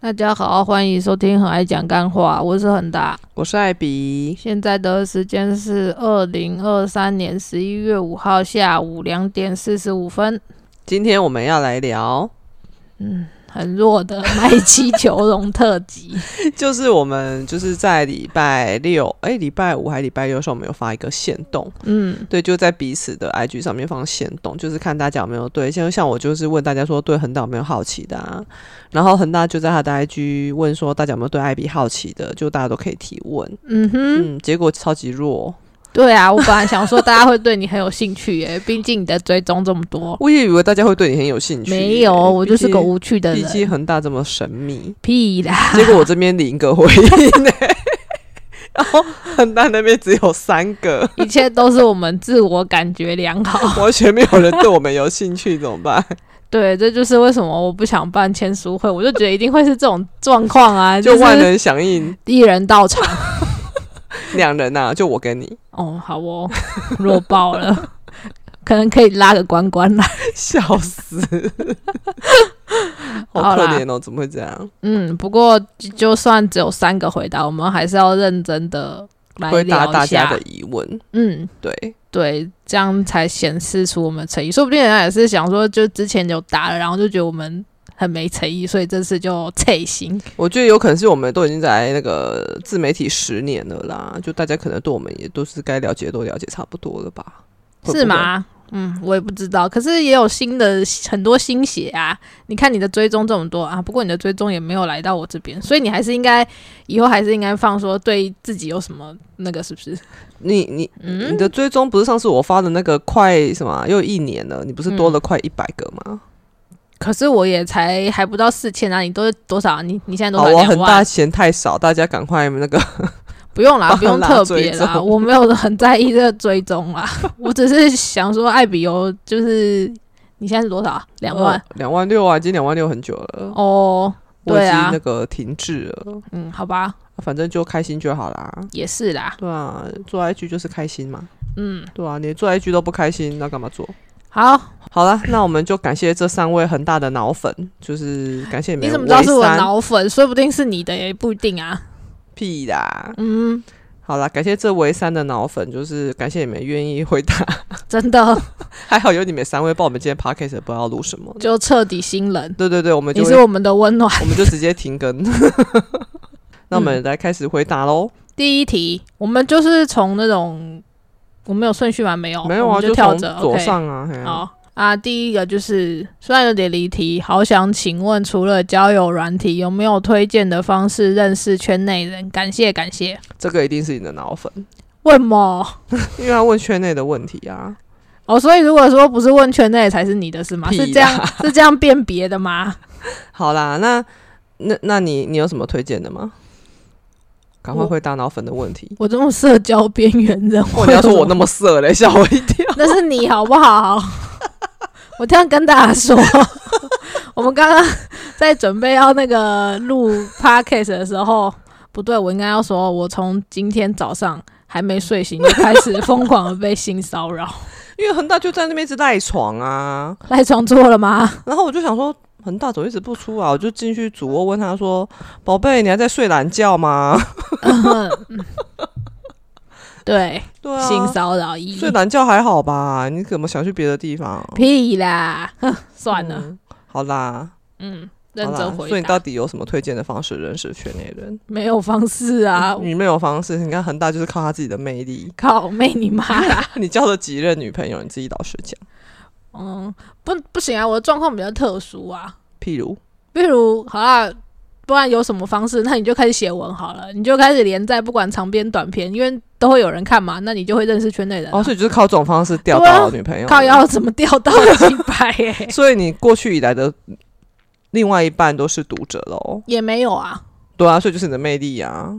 大家好，欢迎收听《很爱讲干话》，我是恒大。我是艾比，现在的时间是二零二三年十一月五号下午两点四十五分。今天我们要来聊， 嗯，很弱的麦基球龙特 辑。就是我们就是在礼拜六，哎、礼拜五还礼拜六的时候，我们有发一个线动，嗯，对，就在彼此的 IG 上面放线动，就是看大家有没有对，像像我就是问大家说对恒大有没有好奇的、啊，然后恒大就在他的 IG 问说大家有没有对艾比好奇的，就大家都可以提问，嗯哼，嗯，结果超级弱，对啊，我本来想说大家会对你很有兴趣耶， 毕竟你的追踪这么多。我也以为大家会对你很有兴趣，没有，我就是个无趣的毕竟人，恒大这么神秘，屁啦！ 结果我这边零个回应、欸， 然后恒大那边只有三个，一切都是我们自我感觉良 好。完全没有人对我们有兴趣，怎么 办？对，这就是为什么我不想办签书会，我就觉得一定会是这种状况啊，就是万人响应，一人到场。两人呐、就我跟你， 哦，好哦，弱爆了， 可能可以拉个关关来。笑死， 好好可啦怜哦，怎么会这样？嗯，不过就就算只有三个回答，我们还是要认真的来回答聊大一下。家的疑问，嗯，对，对，这样才显示出我们诚意。说不定人家也是想说，就之前有答了，然后就觉得我们很没诚意，所以这次就 脆心。我觉得有可能是我们都已经在那个自媒体十年了啦，就大家可能对我们也都是该了解都了解差不多了吧？会不是会？吗？嗯，我也不知道，可是也有新的很多新血啊！你看你的追踪这么多啊，不过你的追踪也没有来到我这边，所以你还是应该以后还是应该放说对自己有什么那个是不是？你你嗯你的追踪不是上次我发的那个快什么啊又一年了，你不是嗯多了快一百个吗？可是我也才还不到四千啊，你都多少啊？你你现在多好，少？我两很大万？嫌太少，大家赶快那个不用 啦，帮不用拉特追别啦，踪我没有很在意这个追踪 啦，我只是想说艾比油就是你现在是多少啊？两万呃 两万六啊，已经两万六很久了，哦，我已对经啊那，个停滞了，嗯，好吧，反正就开心就好啦。也是啦，对啊，做 IG 就是开心嘛。嗯，对啊，你做 IG 都不开心，那干嘛做？好，好啦，那我们就感谢这三位恒大的脑粉，就是感谢们。你怎么知道是我微三脑粉？说不定是你的，也不一定啊。屁啦？嗯，好啦，感谢这唯三的脑粉，就是感谢你们愿意回答真的 还好有你们三位，不然我们今天 podcast 也不知道录什么。就彻底新人，对对对，我们就你会是我们的温暖。我们就直接停更。 那我们来开始回答喽。第一题，我们就是从那种我们有顺序吗？没有，没有嗯我啊，们就跳从着左。 o 上啊。嘿 k 啊好啊，第一个就是虽然有点离题，好想请问，除了交友软体，有没有推荐的方式认识圈内人？感谢感谢。这个一定是你的脑粉，问么？因为他问圈内的问题啊。哦，所以如果说不是问圈内才是你的是吗？屁啦是这样是这样辨别的吗？好啦，那那那你你有什么推荐的吗？赶快回答脑粉的问 题。我这种社交边缘人，哦，会你要说有我什那么么 色嘞，吓我一跳。那是你好不好？ 我这样跟大家说， 我们刚刚在准备要那个录 podcast 的时候，不对，我应该要说，我从今天早上还没睡醒就开始疯狂的被性骚扰， 因为恒大就在那边一直赖床啊，赖床错了吗？ 然后我就想说，恒大怎么一直不出啊来？我就进去主卧问他说：“宝贝，你还在睡懒觉吗嗯对，？”对啊，性骚扰一睡懒觉还好吧？你怎么想去别的地方？屁啦， 算了，嗯好啦，嗯，认好啦真。回答，所以你到底有什么推荐的方式认识圈内人？没有方式啊，你没有方式，你看恒大就是靠他自己的魅力。 靠妹你妈啦！你交了几任女朋友？你自己老实讲。嗯，不不行啊，我的状况比较特殊啊。譬如，比如，好啦，不然有什么方式？那你就开始写文好了，你就开始连载，不管长篇短篇，因为都会有人看嘛，那你就会认识圈内人啊、哦，所以就是靠这种方式钓对啊到女朋友。靠腰怎么掉到几百、欸？所以你过去以来的另外一半都是读者喽。 也没有啊，对啊，所以就是你的魅力啊。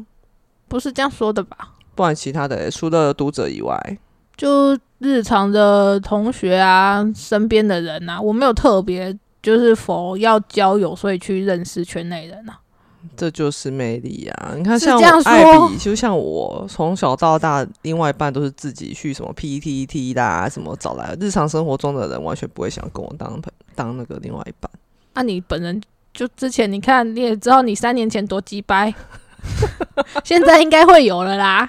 不是这样说的吧？不然其他的欸除了读者以外，就日常的同学啊，身边的人啊，我没有特别就是否要交友，所以去认识圈内人啊。这就是魅力啊！你看，是像这样我艾说比，就像我从小到大，另外一半都是自己去什么 PTT 啦、什么找来的。日常生活中的人完全不会想跟我当朋当那个另外一半。啊那、你本人就之前你看你也知道，你三年前多鸡掰， 现在应该会有了啦。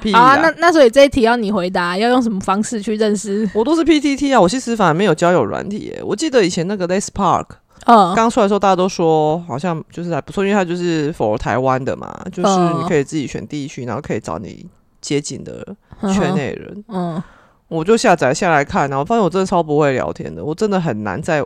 屁好啦啊，那那所以这一题要你回答，要用什么方式去认识？我都是 PTT 啊，我其实反而没有交友软体耶。我记得以前那个 Les Park 嗯，刚出来的时候，大家都说好像就是还不错，因为它就是 for 台湾的嘛，就是嗯你可以自己选地区，然后可以找你接近的嗯圈哼内人。嗯，我就下载下来看，然后发现我真的超不会聊天的，我真的很难在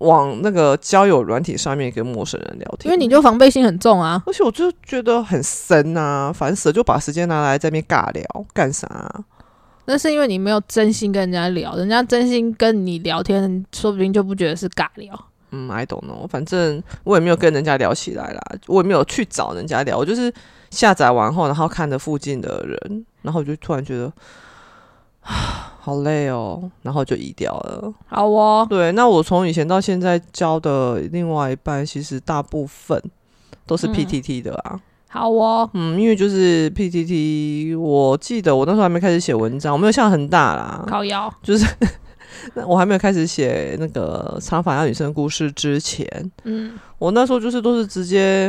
往那个交友软体上面跟陌生人聊因天，为你就防备心很重啊。而且我就觉得很深啊，烦死了，就把时间拿来在那边尬聊干啥啊、那是因为你没有真心跟人家聊，人家真心跟你聊天，说不定就不觉得是尬聊。嗯，I don't know，反正我也没有跟人家聊起来啦，我也没有去找人家聊，我就是下载完后，然后看着附近的人，然后我就突然觉得。 啊好累哦，然后就移掉了。好哦，对，那我从以前到现在交的另外一半，其实大部分都是嗯 PTT 的啊。好哦，嗯因为就是 PTT，我记得我那时候还没开始写文章，我没有像恒大啦，靠腰。那我还没有开始写那个《长发要女生故事》之前，嗯我那时候就是都是直接，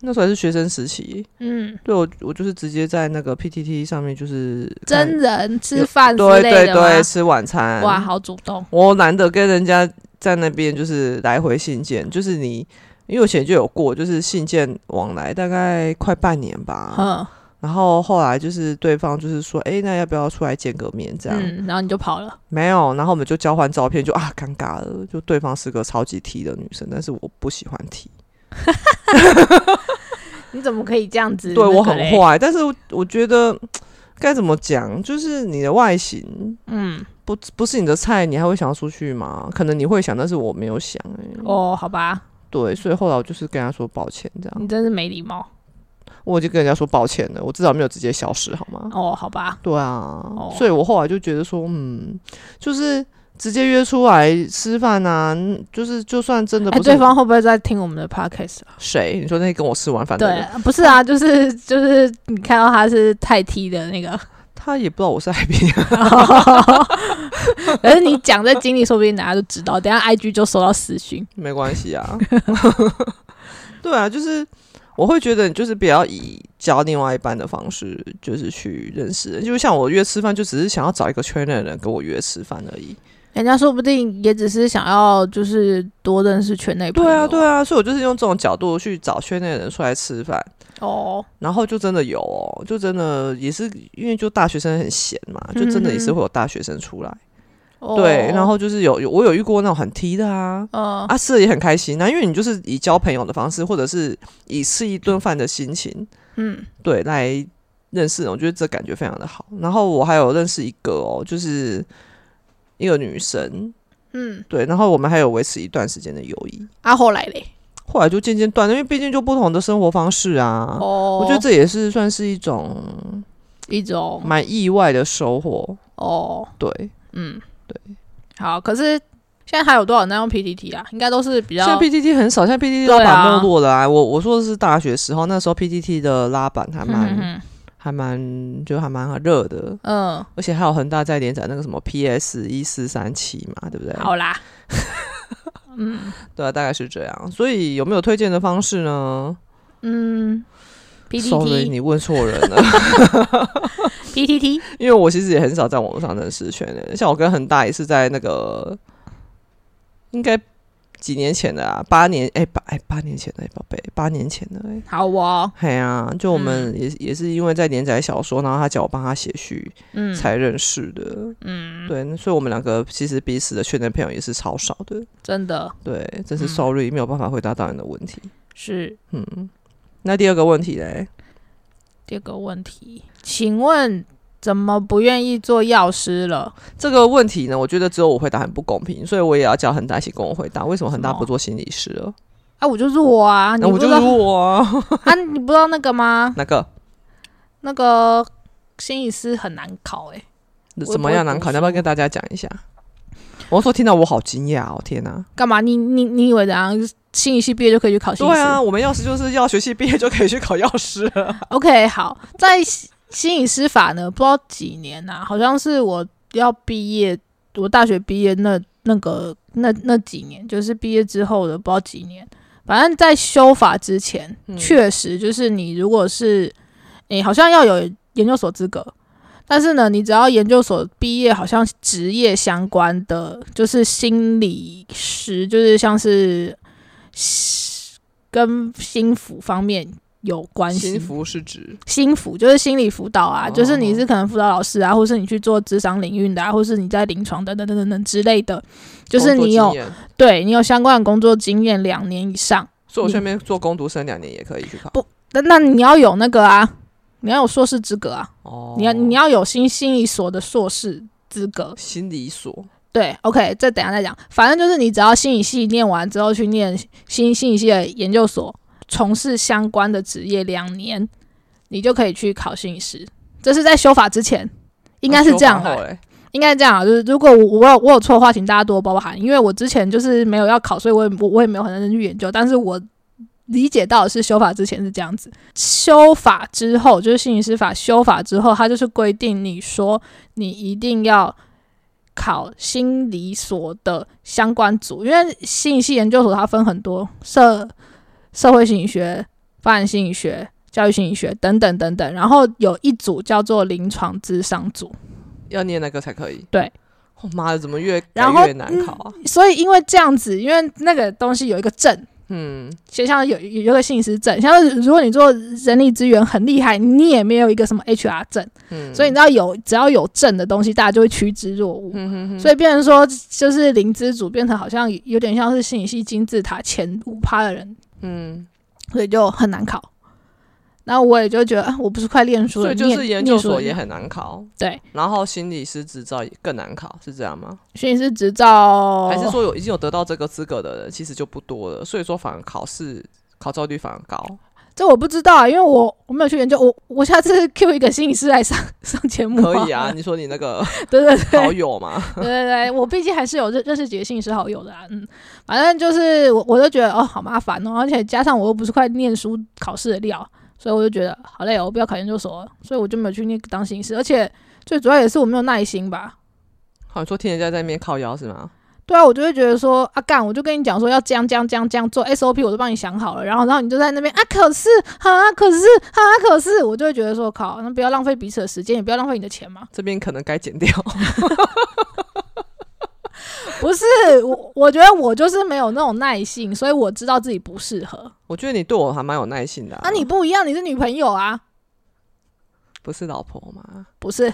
那时候还是学生时期，嗯，对我我就是直接在那个 PTT 上面就是看真人吃饭之对类对的对吗吃晚餐，哇，好主动。我难得跟人家在那边就是来回信件，就是你，因为我以前就有过，就是信件往来大概快半年吧。嗯然后后来就是对方就是说，哎，那要不要出来见个面？这样、嗯，然后你就跑了。没有，然后我们就交换照片，就啊尴尬了，就对方是个超级 T 的女生，但是我不喜欢 T，你怎么可以这样子？对我那很个嘞。坏，但是我我觉得嗯该怎么讲，就是你的外形。嗯，不不是你的菜，你还会想要出去吗？可能你会想，但是我没有想、哎。哦，好吧，对，所以后来我就是跟他说抱歉，这样你真是没礼貌。我已经跟人家说抱歉了，我至少没有直接消失，好吗？哦，好吧，对啊，所以我后来就觉得说，嗯，就是直接约出来吃饭啊，嗯就是就算真的哎、不是、对方会不会在听我们的 podcast 啊？谁，你说那天跟我吃完饭的对人，，不是啊，就是就是你看到他是太 T 的那 个，他也不知道我是海边， 可是你讲这经历，说不定大家就知道，等一下 IG 就收到私讯。没关系 啊。对啊，就是我会觉得，你就是不要以交另外一半的方式，就是去认识人。就像我约吃饭，就只是想要找一个圈内的人跟我约吃饭而已。人家说不定也只是想要就是多认识圈内朋友。对啊，对啊，所以我就是用这种角度去找圈内的人出来吃饭，哦，然后就真的有哦，就真的也是因为就大学生很闲嘛，就真的也是会有大学生出来，嗯哦对，然后就是有有我有遇过那种很 T 的啊。嗯、啊，吃的也很开心啊，因为你就是以交朋友的方式，或者是以吃一顿饭的心情，嗯，对，来认识人，我觉得这感觉非常的好。然后我还有认识一个哦，就是一个女生，嗯，对，然后我们还有维持一段时间的友谊。啊，后来嘞，后来就渐渐断了，因为毕竟就不同的生活方式啊。哦，我觉得这也是算是一种一种蛮意外的收获。哦，对，嗯，对，好，可是现在还有多少人在用 PTT 啊？应该都是比现在较 PTT 很少，现在 PTT 对啊拉板没落了啊。我我说的是大学时候，那时候 PTT 的拉板还蛮、嗯还蛮就还蛮热的，嗯，而且还有恒大在连载那个什么 PS 一四三七嘛，对不对？好啦，嗯对啊，大概是这样。所以有没有推荐的方式呢嗯 Sorry， ，PTT 你问错人了。 PTT 因为我其实也很少在网络上认识圈人，像我跟恒大也是在那个应该几年前的啊，八年哎、八哎、八年前的、哎宝贝，八年前的哎、好哦，嘿啊，就我们也、也是因为在连载小说，然后他叫我帮他写序嗯才认识的，嗯，对，所以我们两个其实彼此的圈内朋友也是超少的，真的对，真是嗯 sorry、没有办法回答到你的问题，是嗯，那第二个问题嘞，第二个问题，请问怎么不愿意做药师了？这个问题呢，我觉得只有我回答很不公平，所以我也要叫恒大一起跟我回答，为什么恒大什么不做心理师了？啊，我就是我啊，你那不我知就道是我啊， 啊，你不知道那个吗？哪个那个心理师很难考哎、不会怎么样难读考？书你要不要跟大家讲一下？我说听到我好惊讶哦，天哪！干嘛？你你你以为怎样？心理系毕业就可以去考心理对师？啊，我们药师就是药学系毕业就可以去考药师了。 OK，好，在心心理师法呢，不知道几年呐、好像是我要毕业，我大学毕业那那个那那几年，就是毕业之后的不知道几年，反正在修法之前，嗯确实就是你如果是诶、好像要有研究所资格，但是呢，你只要研究所毕业，好像职业相关的就是心理师，就是像是 跟心辅方面有关系，心服是指心辅就是心理辅导啊，哦就是你是可能辅导老师啊，或是你去做职场领域的啊，或是你在临床等等等等等之类的，就是工作你经有验对你有相关的工作经验两年以上，所以我你下面做工读生两年也可以去考不那那你要有那个啊，你要有硕士资格啊，哦你要你要有心心理所的硕士资格，心理所对，OK，这等一下再讲。反正就是你只要心理系念完之后去念心心理系的研究所，从事相关的职业两年，你就可以去考心理师。这是在修法之前，应该是这样的的、。哦修法后欸嘞应该是这样啊。就是如果我我有我有错的话，请大家多包涵，因为我之前就是没有要考，所以我也我我也没有很认真去研究，但是我。理解到的是修法之前是这样子，修法之后就是心理师法修法之后，它就是规定你说你一定要考心理所的相关组，因为心理系研究所它分很多社社会心理学、发展心理学、教育心理学等等等等，然后有一组叫做临床智商组。要念那个才可以。对哦，妈的，怎么越然改后越难考啊？所以因为这样子，因为那个东西有一个证，嗯，就像有有有一个信息证，像是如果你做人力资源很厉害，你也没有一个什么 HR 证，嗯所以你知道有只要有证的东西，大家就会趋之若鹜。嗯哼哼所以变成说，就是灵芝组变成好像有点像是信息金字塔前五趴的人，嗯，所以就很难考。然后我也就觉得，啊，我不是快练书了，所以就是念研究所也念书了很难考，对，然后心理师执照也更难考，是这样吗？训师执照还是说有已经有得到这个资格的人其实就不多了，所以说反而考试考照率反而高，这我不知道啊，因为我我没有去研究，我我下次 Q 一个心理师来上上节目好了可以啊？，你说你那个 对对好对友嘛，对对对，我毕竟还是有认认识几个心理师好友的啊，嗯，反正就是我我就觉得哦好麻烦哦，而且加上我又不是快念书考试的料，所以我就觉得好累哦，我不要考研究所了，所以我就没有去那个当心理师，而且最主要也是我没有耐心吧，好，你说听人家在那边靠腰是吗？对啊，我就会觉得说啊干，我就跟你讲说要这样这样这样这样做 SOP，我都帮你想好了，然后然后你就在那边啊，可是啊，可是啊，可是，我就会觉得说靠，那不要浪费彼此的时间，也不要浪费你的钱嘛。这边可能该剪掉，不是我，我觉得我就是没有那种耐性，所以我知道自己不适合。我觉得你对我还蛮有耐心的、啊，你不一样，你是女朋友啊，不是老婆吗？不是？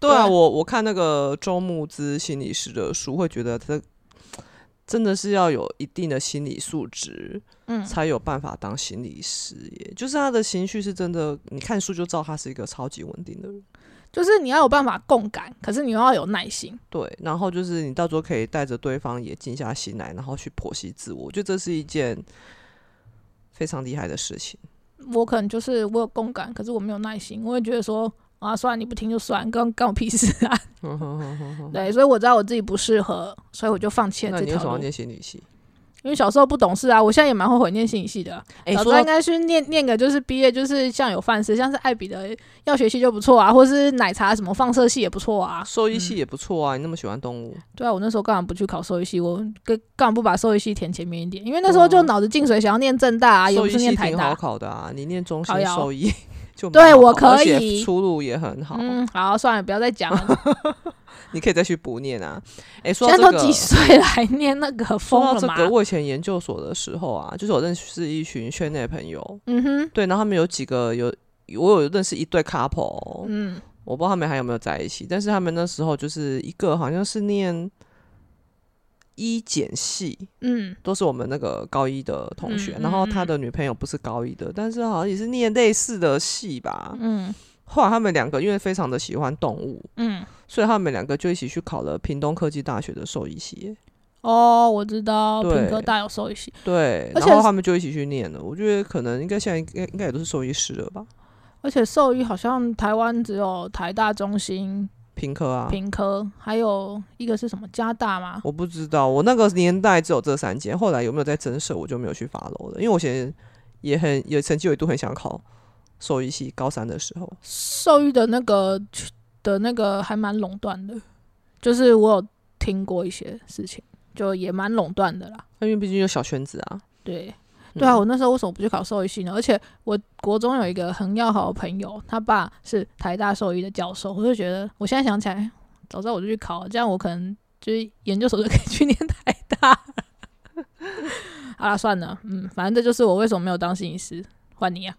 对啊，对我我看那个周牧之心理师的书，会觉得这真的是要有一定的心理素质，嗯，才有办法当心理师耶。就是他的情绪是真的，你看书就知道他是一个超级稳定的人。就是你要有办法共感，可是你又要有耐心。对，然后就是你到时候可以带着对方也静下心来，然后去剖析自我，我觉得这是一件非常厉害的事情。我可能就是我有共感，可是我没有耐心，我会觉得说啊，算了，你不听就算，干干我屁事 啊。对，所以我知道我自己不适合，所以我就放弃了那这你为什条么要路。念心理系？因为小时候不懂事啊，我现在也蛮后悔念心理系的啊。哎、早知说道到应该去念念个，就是毕业就是像有饭吃，像是艾比的药学系就不错啊，或是奶茶什么放射系也不错啊。兽医系也不错啊，你那么喜欢动物，对啊，我那时候干嘛不去考兽医系？我跟干嘛不把兽医系填前面一点？因为那时候就脑子进水，想要念正大啊，也啊兽不医是系念台挺好大。考的啊，你念中靠心腰兽医 就蛮对好我考而可且以出路也很好，嗯，好，算了，不要再讲了。你可以再去补念啊。哎、说现到在这都个，几岁了还念那个 说疯到了这吗？个，我以前研究所的时候啊，就是我认识一群圈内朋友，嗯哼，对，然后他们有几个有。我有认识一对 couple，、哦嗯，我不知道他们还有没有在一起，但是他们那时候就是一个好像是念医检系，嗯，都是我们那个高一的同学，嗯然后嗯他嗯的女朋友不是高一的，但是好像也是念类似的系吧。嗯，后来他们两个因为非常的喜欢动物，嗯，所以他们两个就一起去考了屏东科技大学的兽医系。哦，我知道，对品科大有兽医系，对，而然且后他们就一起去念了。我觉得可能应该现在应该应该也都是兽医师了吧，而且兽医好像台湾只有台大中心、屏科啊。平科，还有一个是什么加大吗？我不知道，我那个年代只有这三间，后来有没有在增设，我就没有去发楼了。因为我以前也很也曾经有一度很想考兽医系，高三的时候，兽医的那个的那个还蛮垄断的，就是我有听过一些事情，就也蛮垄断的啦。因为毕竟有小圈子啊。对，嗯对啊，我那时候为什么不去考兽医系呢？而且我国中有一个很要好的朋友，他爸是台大兽医的教授，我就觉得我现在想起来，早知道我就去考，这样我可能就是研究所就可以去念台大。 好啦，算了，嗯，反正这就是我为什么没有当心理师。换你啊，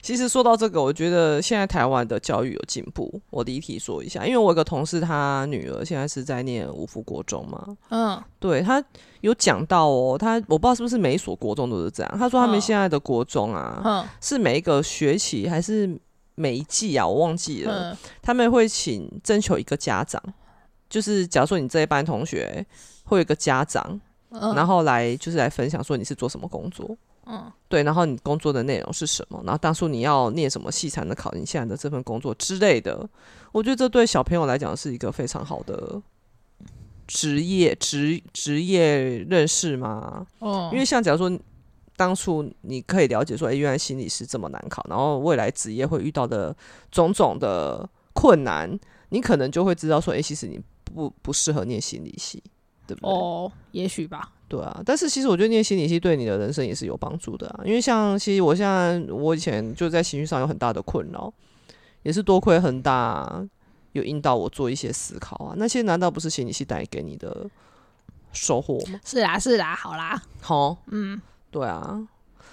其实说到这个，我觉得现在台湾的教育有进步。我离题说一下，因为我有个同事，他女儿现在是在念五福国中嘛，嗯，对他有讲到哦，他我不知道是不是每一所国中都是这样。他说他们嗯现在的国中啊，嗯是每一个学期还是每一季啊，我忘记了，嗯，他们会请征求一个家长，就是假如说你这一班同学会有一个家长，嗯然后来就是来分享说你是做什么工作，嗯对，然后你工作的内容是什么，然后当初你要念什么系才能考进现在的这份工作之类的。我觉得这对小朋友来讲是一个非常好的职业职职业认识嘛，哦，因为像假如说当初你可以了解说，哎、原来心理师这么难考，然后未来职业会遇到的种种的困难，你可能就会知道说，哎、其实你不不适合念心理系，对不对？哦，也许吧，对啊，但是其实我觉得念心理系对你的人生也是有帮助的啊，因为像其实我现在我以前就在情绪上有很大的困扰，也是多亏恒大有引导我做一些思考啊，那些难道不是心理系带给你的收获吗？是啦是啦，好啦，好，嗯，对啊。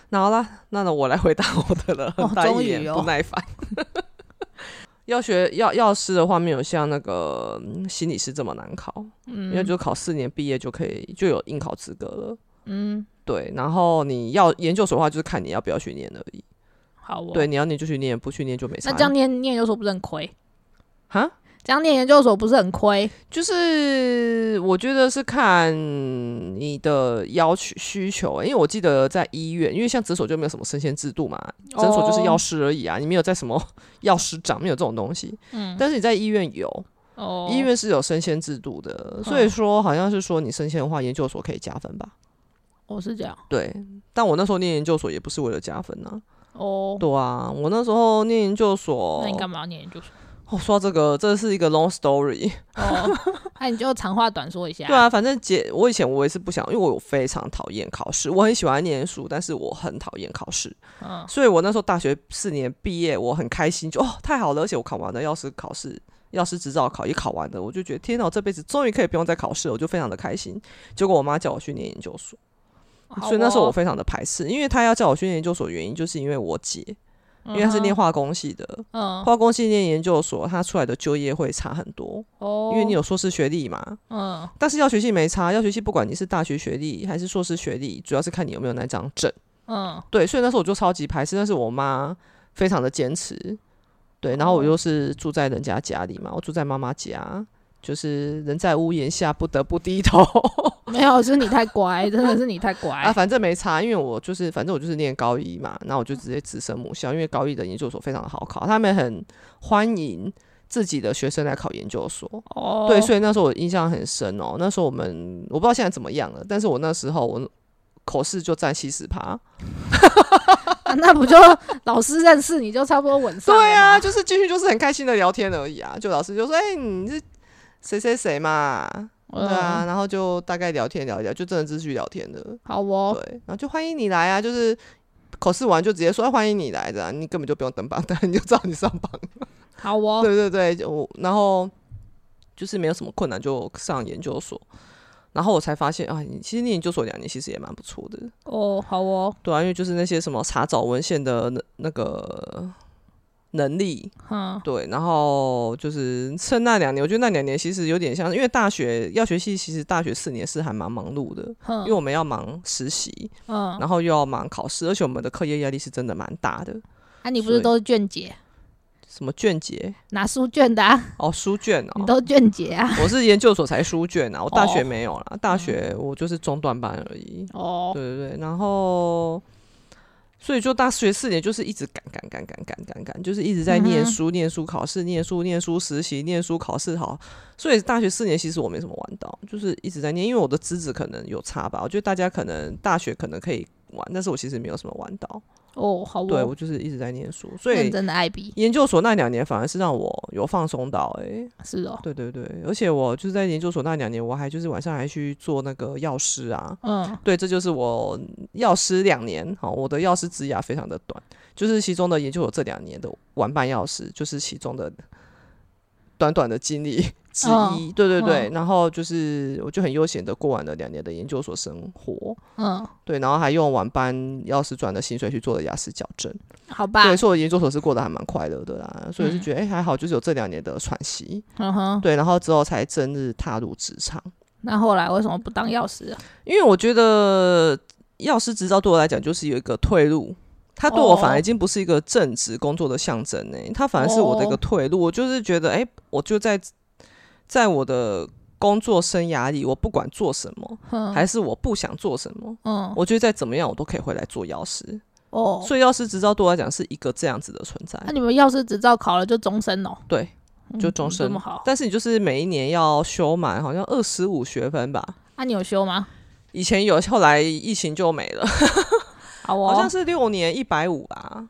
那好啦，那呢我来回答我的了，哦很大终一于脸哦不耐烦。要学药药师的话，没有像那个嗯心理师这么难考，因为嗯就考四年毕业就可以就有应考资格了。嗯，对，然后你要研究所的话，就是看你要不要去念而已。好哦，对，，你要念就去念，不去念就没差。那这样念念研究所不是很亏？哈，这样念研究所不是很亏？就是我觉得是看你的要求需求，欸因为我记得在医院，因为像诊所就没有什么升迁制度嘛，诊所哦就是药师而已啊，你没有在什么 药师长没有这种东西。嗯，但是你在医院有，哦，嗯医院是有升迁制度的，所以说好像是说你升迁的话，研究所可以加分吧？我哦是这样，对，但我那时候念研究所也不是为了加分啊。哦，对哦啊，我那时候念研究所，那你干嘛要念研究所？哦，说到这个，这是一个 long story。哦，那你就长话短说一下，对，啊，反正姐，我以前我也是不想，因为我非常讨厌考试，我很喜欢念书，但是我很讨厌考试。嗯所以我那时候大学四年毕业，我很开心，就哦太好了，而且我考完了药师考试，药师执照考也考完了，我就觉得天哪，我这辈子终于可以不用再考试了，我就非常的开心。结果我妈叫我去念研究所，好所以那时候我哦，非常的排斥，因为她要叫我去念研究所，原因就是因为我姐，因因为她是念，化工系的，嗯，化工系念研究所，她出来的就业会差很多，哦，因为你，有硕士学历嘛。嗯，但是药学系没差，药学系不管你是大学学历还是硕士学历，主要是看你有没有那张证。嗯，对，所以那时候我就超级排斥，但是我妈非常的坚持。对，然后我哦就是住在人家家里嘛，我住在妈妈家，就是人在屋檐下不得不低 头嗯没有，是你太乖，真的是你太啊，乖，反正没差，因为我就是反正我就是念高一嘛，那我就直接直升母校，因为高一的研究所非常的好考，他们很欢迎自己的学生来考研究所。哦，对，所以那时候我印象很深哦。那时候我们我不知道现在怎么样了，但是我那时候我口试就占七十趴。啊那不就老师认识你就差不多稳上了对啊，吗，就是进去就是很开心的聊天而已啊。就老师就说：“哎、你是谁谁谁嘛？”对啊，嗯，然后就大概聊天聊一聊，就真的继续聊天的。好哦，对，然后就欢迎你来啊，就是。口试完就直接说哎欢迎你来的、你根本就不用登 榜单，你就知道你上榜。好哦，对对对，就我然后就是没有什么困难，就上研究所。然后我才发现啊，你其实念研究所两年其实也蛮不错的，哦，好哦，对啊，因为就是那些什么查找文献的那那个能力，嗯，对，然后就是趁那两年，我觉得那两年其实有点像，因为大学药学系其实大学四年是还蛮忙碌的，因为哼，我们要忙实习，嗯，然后又要忙考试，而且我们的课业压力是真的蛮大的，啊，你不是都是卷姐，什么卷节拿书卷的啊，哦，书卷你哦，都卷姐啊，我是研究所才书卷啊，我大学哦没有啦，大学我就是中段班而已，哦，对对对，然后所以就大学四年就是一直赶赶赶赶赶赶赶，就是一直在念嗯哼书、念书、考试、念书、念书、实习、念书、考试好。所以大学四年其实我没什么玩到，就是一直在念，因为我的资质可能有差吧。我觉得大家可能大学可能可以玩，但是我其实没有什么玩到。哦，好对哦，我就是一直在念书，所认以真的艾比研究所那两年反而是让我有放松到哎、是哦，对对对，而且我就是在研究所那两年，我还就是晚上还去做那个药师啊。嗯，对，这就是我药师两年，好，我的药师职涯非常的短，就是其中的研究所这两年的玩伴药师，就是其中的短短的经历之一。对对对，然后就是我就很悠闲的过完了两年的研究所生活，嗯，对，然后还用晚班药师赚的薪水去做了雅思矫正。好吧，对，所以我研究所是过得还蛮快乐的啦，所以我是嗯觉得哎、还好，就是有这两年的喘息。嗯哼，对，然后之后才正式踏入职场。那后来为什么不当药师啊？因为我觉得药师执照对我来讲就是有一个退路，它对我反而哦已经不是一个正职工作的象征呢、它反而是我的一个哦退路。我就是觉得，哎、我就在在我的工作生涯里，我不管做什么，哼还是我不想做什么，嗯，我觉得再怎么样我都可以回来做药师。哦，啊所以药师执照对我来讲是一个这样子的存在那、，你们药师执照考了就终身哦，对。嗯就终身这么好？但是你就是每一年要修满，好像二十五学分吧。那、啊你有修吗？以前有，后来疫情就没了，好哦，好像是六年一百五吧。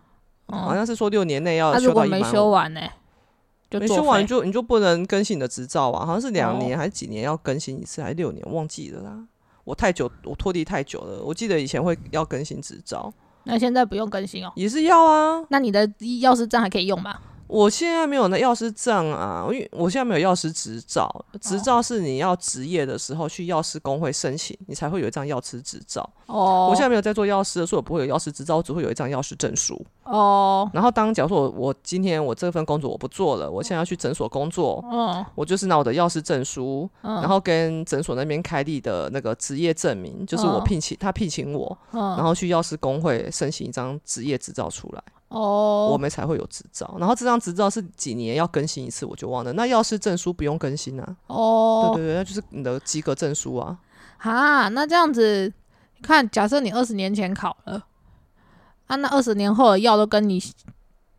嗯好像是说六年内要那、呃啊修如到果一没百修完呢、就没作修完废你就你就不能更新你的执照啊，好像是两哦年还是几年要更新一次，还是六年忘记了啦。我太久，我拖地太久了。我记得以前会要更新执照，那现在不用更新哦。也是要啊。那你的药师证还可以用吗？我现在没有那药师证啊，因为我现在没有药师执照。执照是你要执业的时候去药师工会申请，你才会有一张药师执照。哦，我现在没有在做药师，所以我不会有药师执照，我只会有一张药师证书。哦，然后当假如说我我今天我这份工作我不做了，我现在要去诊所工作，嗯我就是拿我的药师证书，嗯，然后跟诊所那边开立的那个职业证明，就是我嗯聘请他聘请我，然嗯后去药师工会申请一张职业执照出来，我哦，们才会有执照。然后这张执照是几年要更新一次，我就忘了。那药师证书不用更新啊，对哦，对对，那就是你的及格证书啊。哈，那这样子，你看，假设你二十年前考了，啊，那二十年后的药都跟你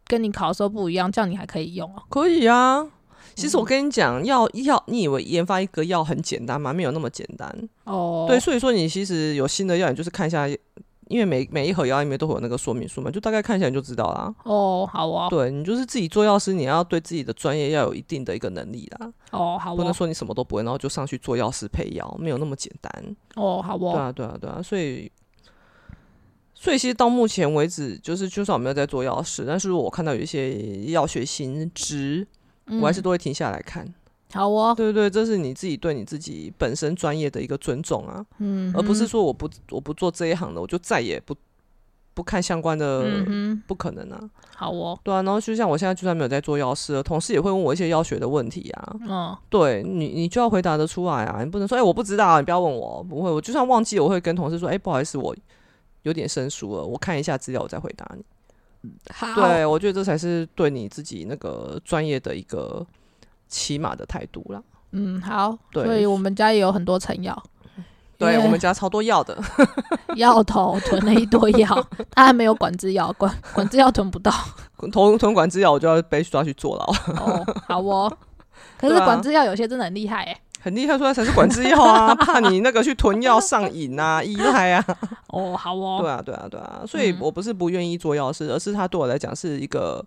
跟你考的时候不一样，这样你还可以嗯用哦。可以啊。其实我跟你讲，药药，你以为研发一个药很简单吗？没有那么简单。哦，对，所以说你其实有新的药，你就是看一下，因为每每一盒药里面都会有那个说明书嘛，就大概看一下你就知道啦。哦，好哦，对你就是自己做药师，你要对自己的专业要有一定的一个能力啦，哦，好不能哦，说你什么都不会，然后就上去做药师配药，没有那么简单。哦，好对哦，啊，对啊，对啊，所以。所以其实到目前为止，就是就算我没有在做药师，但是我看到有一些药学新知，嗯我还是都会停下来看。好哦，对对对，这是你自己对你自己本身专业的一个尊重啊，嗯，而不是说我不我不做这一行的，我就再也不不看相关的，嗯不可能啊。哼，好哦，对啊，然后就像我现在就算没有在做药师了，同事也会问我一些药学的问题啊。嗯，对你，你就要回答得出来啊，你不能说哎、我不知道啊，你不要问我，不会，我就算忘记，我会跟同事说哎、不好意思，我有点生疏了，我看一下资料我再回答你。好，对，我觉得这才是对你自己那个专业的一个起码的态度啦。嗯，好，对所以我们家也有很多成药， 对因为我们家超多药的， 药头囤了一堆药， 他还没有管制药，管管制药囤不 到。同同管制药我就要被抓去坐牢，哦，好哦。可是对啊管制药有些真的很厉害哎。很厉害，说他才是管制 药啊，怕你那个去囤药上瘾啊，依赖啊。哦，好哦。对啊，对啊，对啊，所以嗯我不是不愿意做药师，而是它对我来讲是一个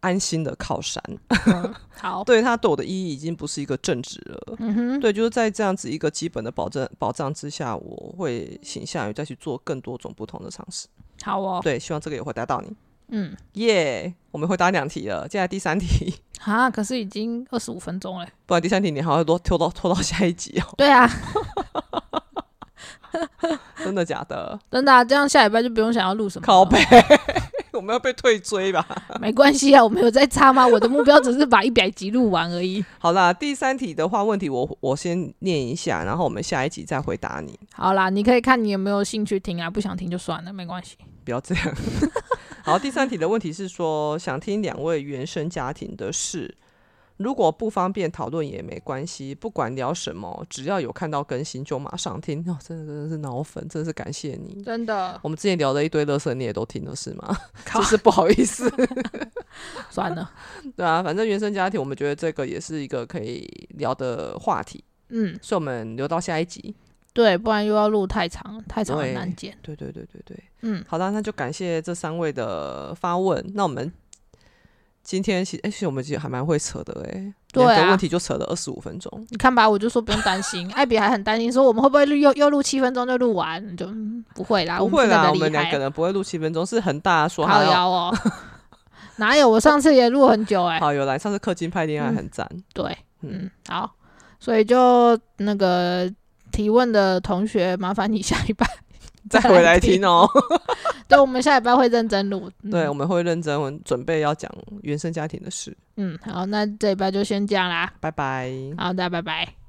安心的靠山。嗯好，对它对我的意义已经不是一个正职了。嗯哼，对，就是在这样子一个基本的保证保障之下，我会倾向于再去做更多种不同的尝试。好哦。对，希望这个也回答到你。嗯，耶、我们回答两题了，接下来第三题， 啊，可是已经二十五分钟了。不然第三题你还要多拖到拖到下一集哦，对啊，真的假的？真的啊，这样下礼拜就不用想要录什么了。靠背， 我们要被退追吧？没关系啊，我们有在插吗？我的目标只是把一百集录完而已。好啦，第三题的话，问题我我先念一下，然后我们下一集再回答你。好啦，你可以看你有没有兴趣听啊，不想听就算了，没关系。不要这 样。好，第三题的问题是说，想听两位原生家庭的事，如果不方便讨论也没关系，不管聊什么，只要有看到更新就马上听。哦，真的真的是脑粉，真的是感谢你。真的， 我们之前聊了一堆乐色，你也都听了是 吗？真是不好意思。 算了。 对啊，反正原生家庭，我们觉得这个也是一个可以聊的话题，嗯，所以我们留到下一集。对，不然又要录太长，太长很对难剪。对对对对对，嗯，好啦，那就感谢这三位的发问。那我们今天其实，哎、其实我们其实还蛮会扯的、哎，对两个啊问题就扯了二十五分钟。你看吧，我就说不用担心，艾比还很担心，说我们会不会录又又录七分钟就录完？你就、嗯不会啦，不我会们真啦，的我厉们两害个，人不会录七分钟，是恒大说靠他要腰哦， 哪有？我上次也录很久哎、好有来，上次氪金拍恋爱嗯 很赞，对，嗯嗯，好，所以就那个提问的同学，麻烦你下一 拜再回来听哦。哦。对，我们下一拜会认真录。嗯 对，我，们会认真准备要讲原生家庭的事。嗯，好，那这一拜就先这样啦。拜拜。好，大家拜拜。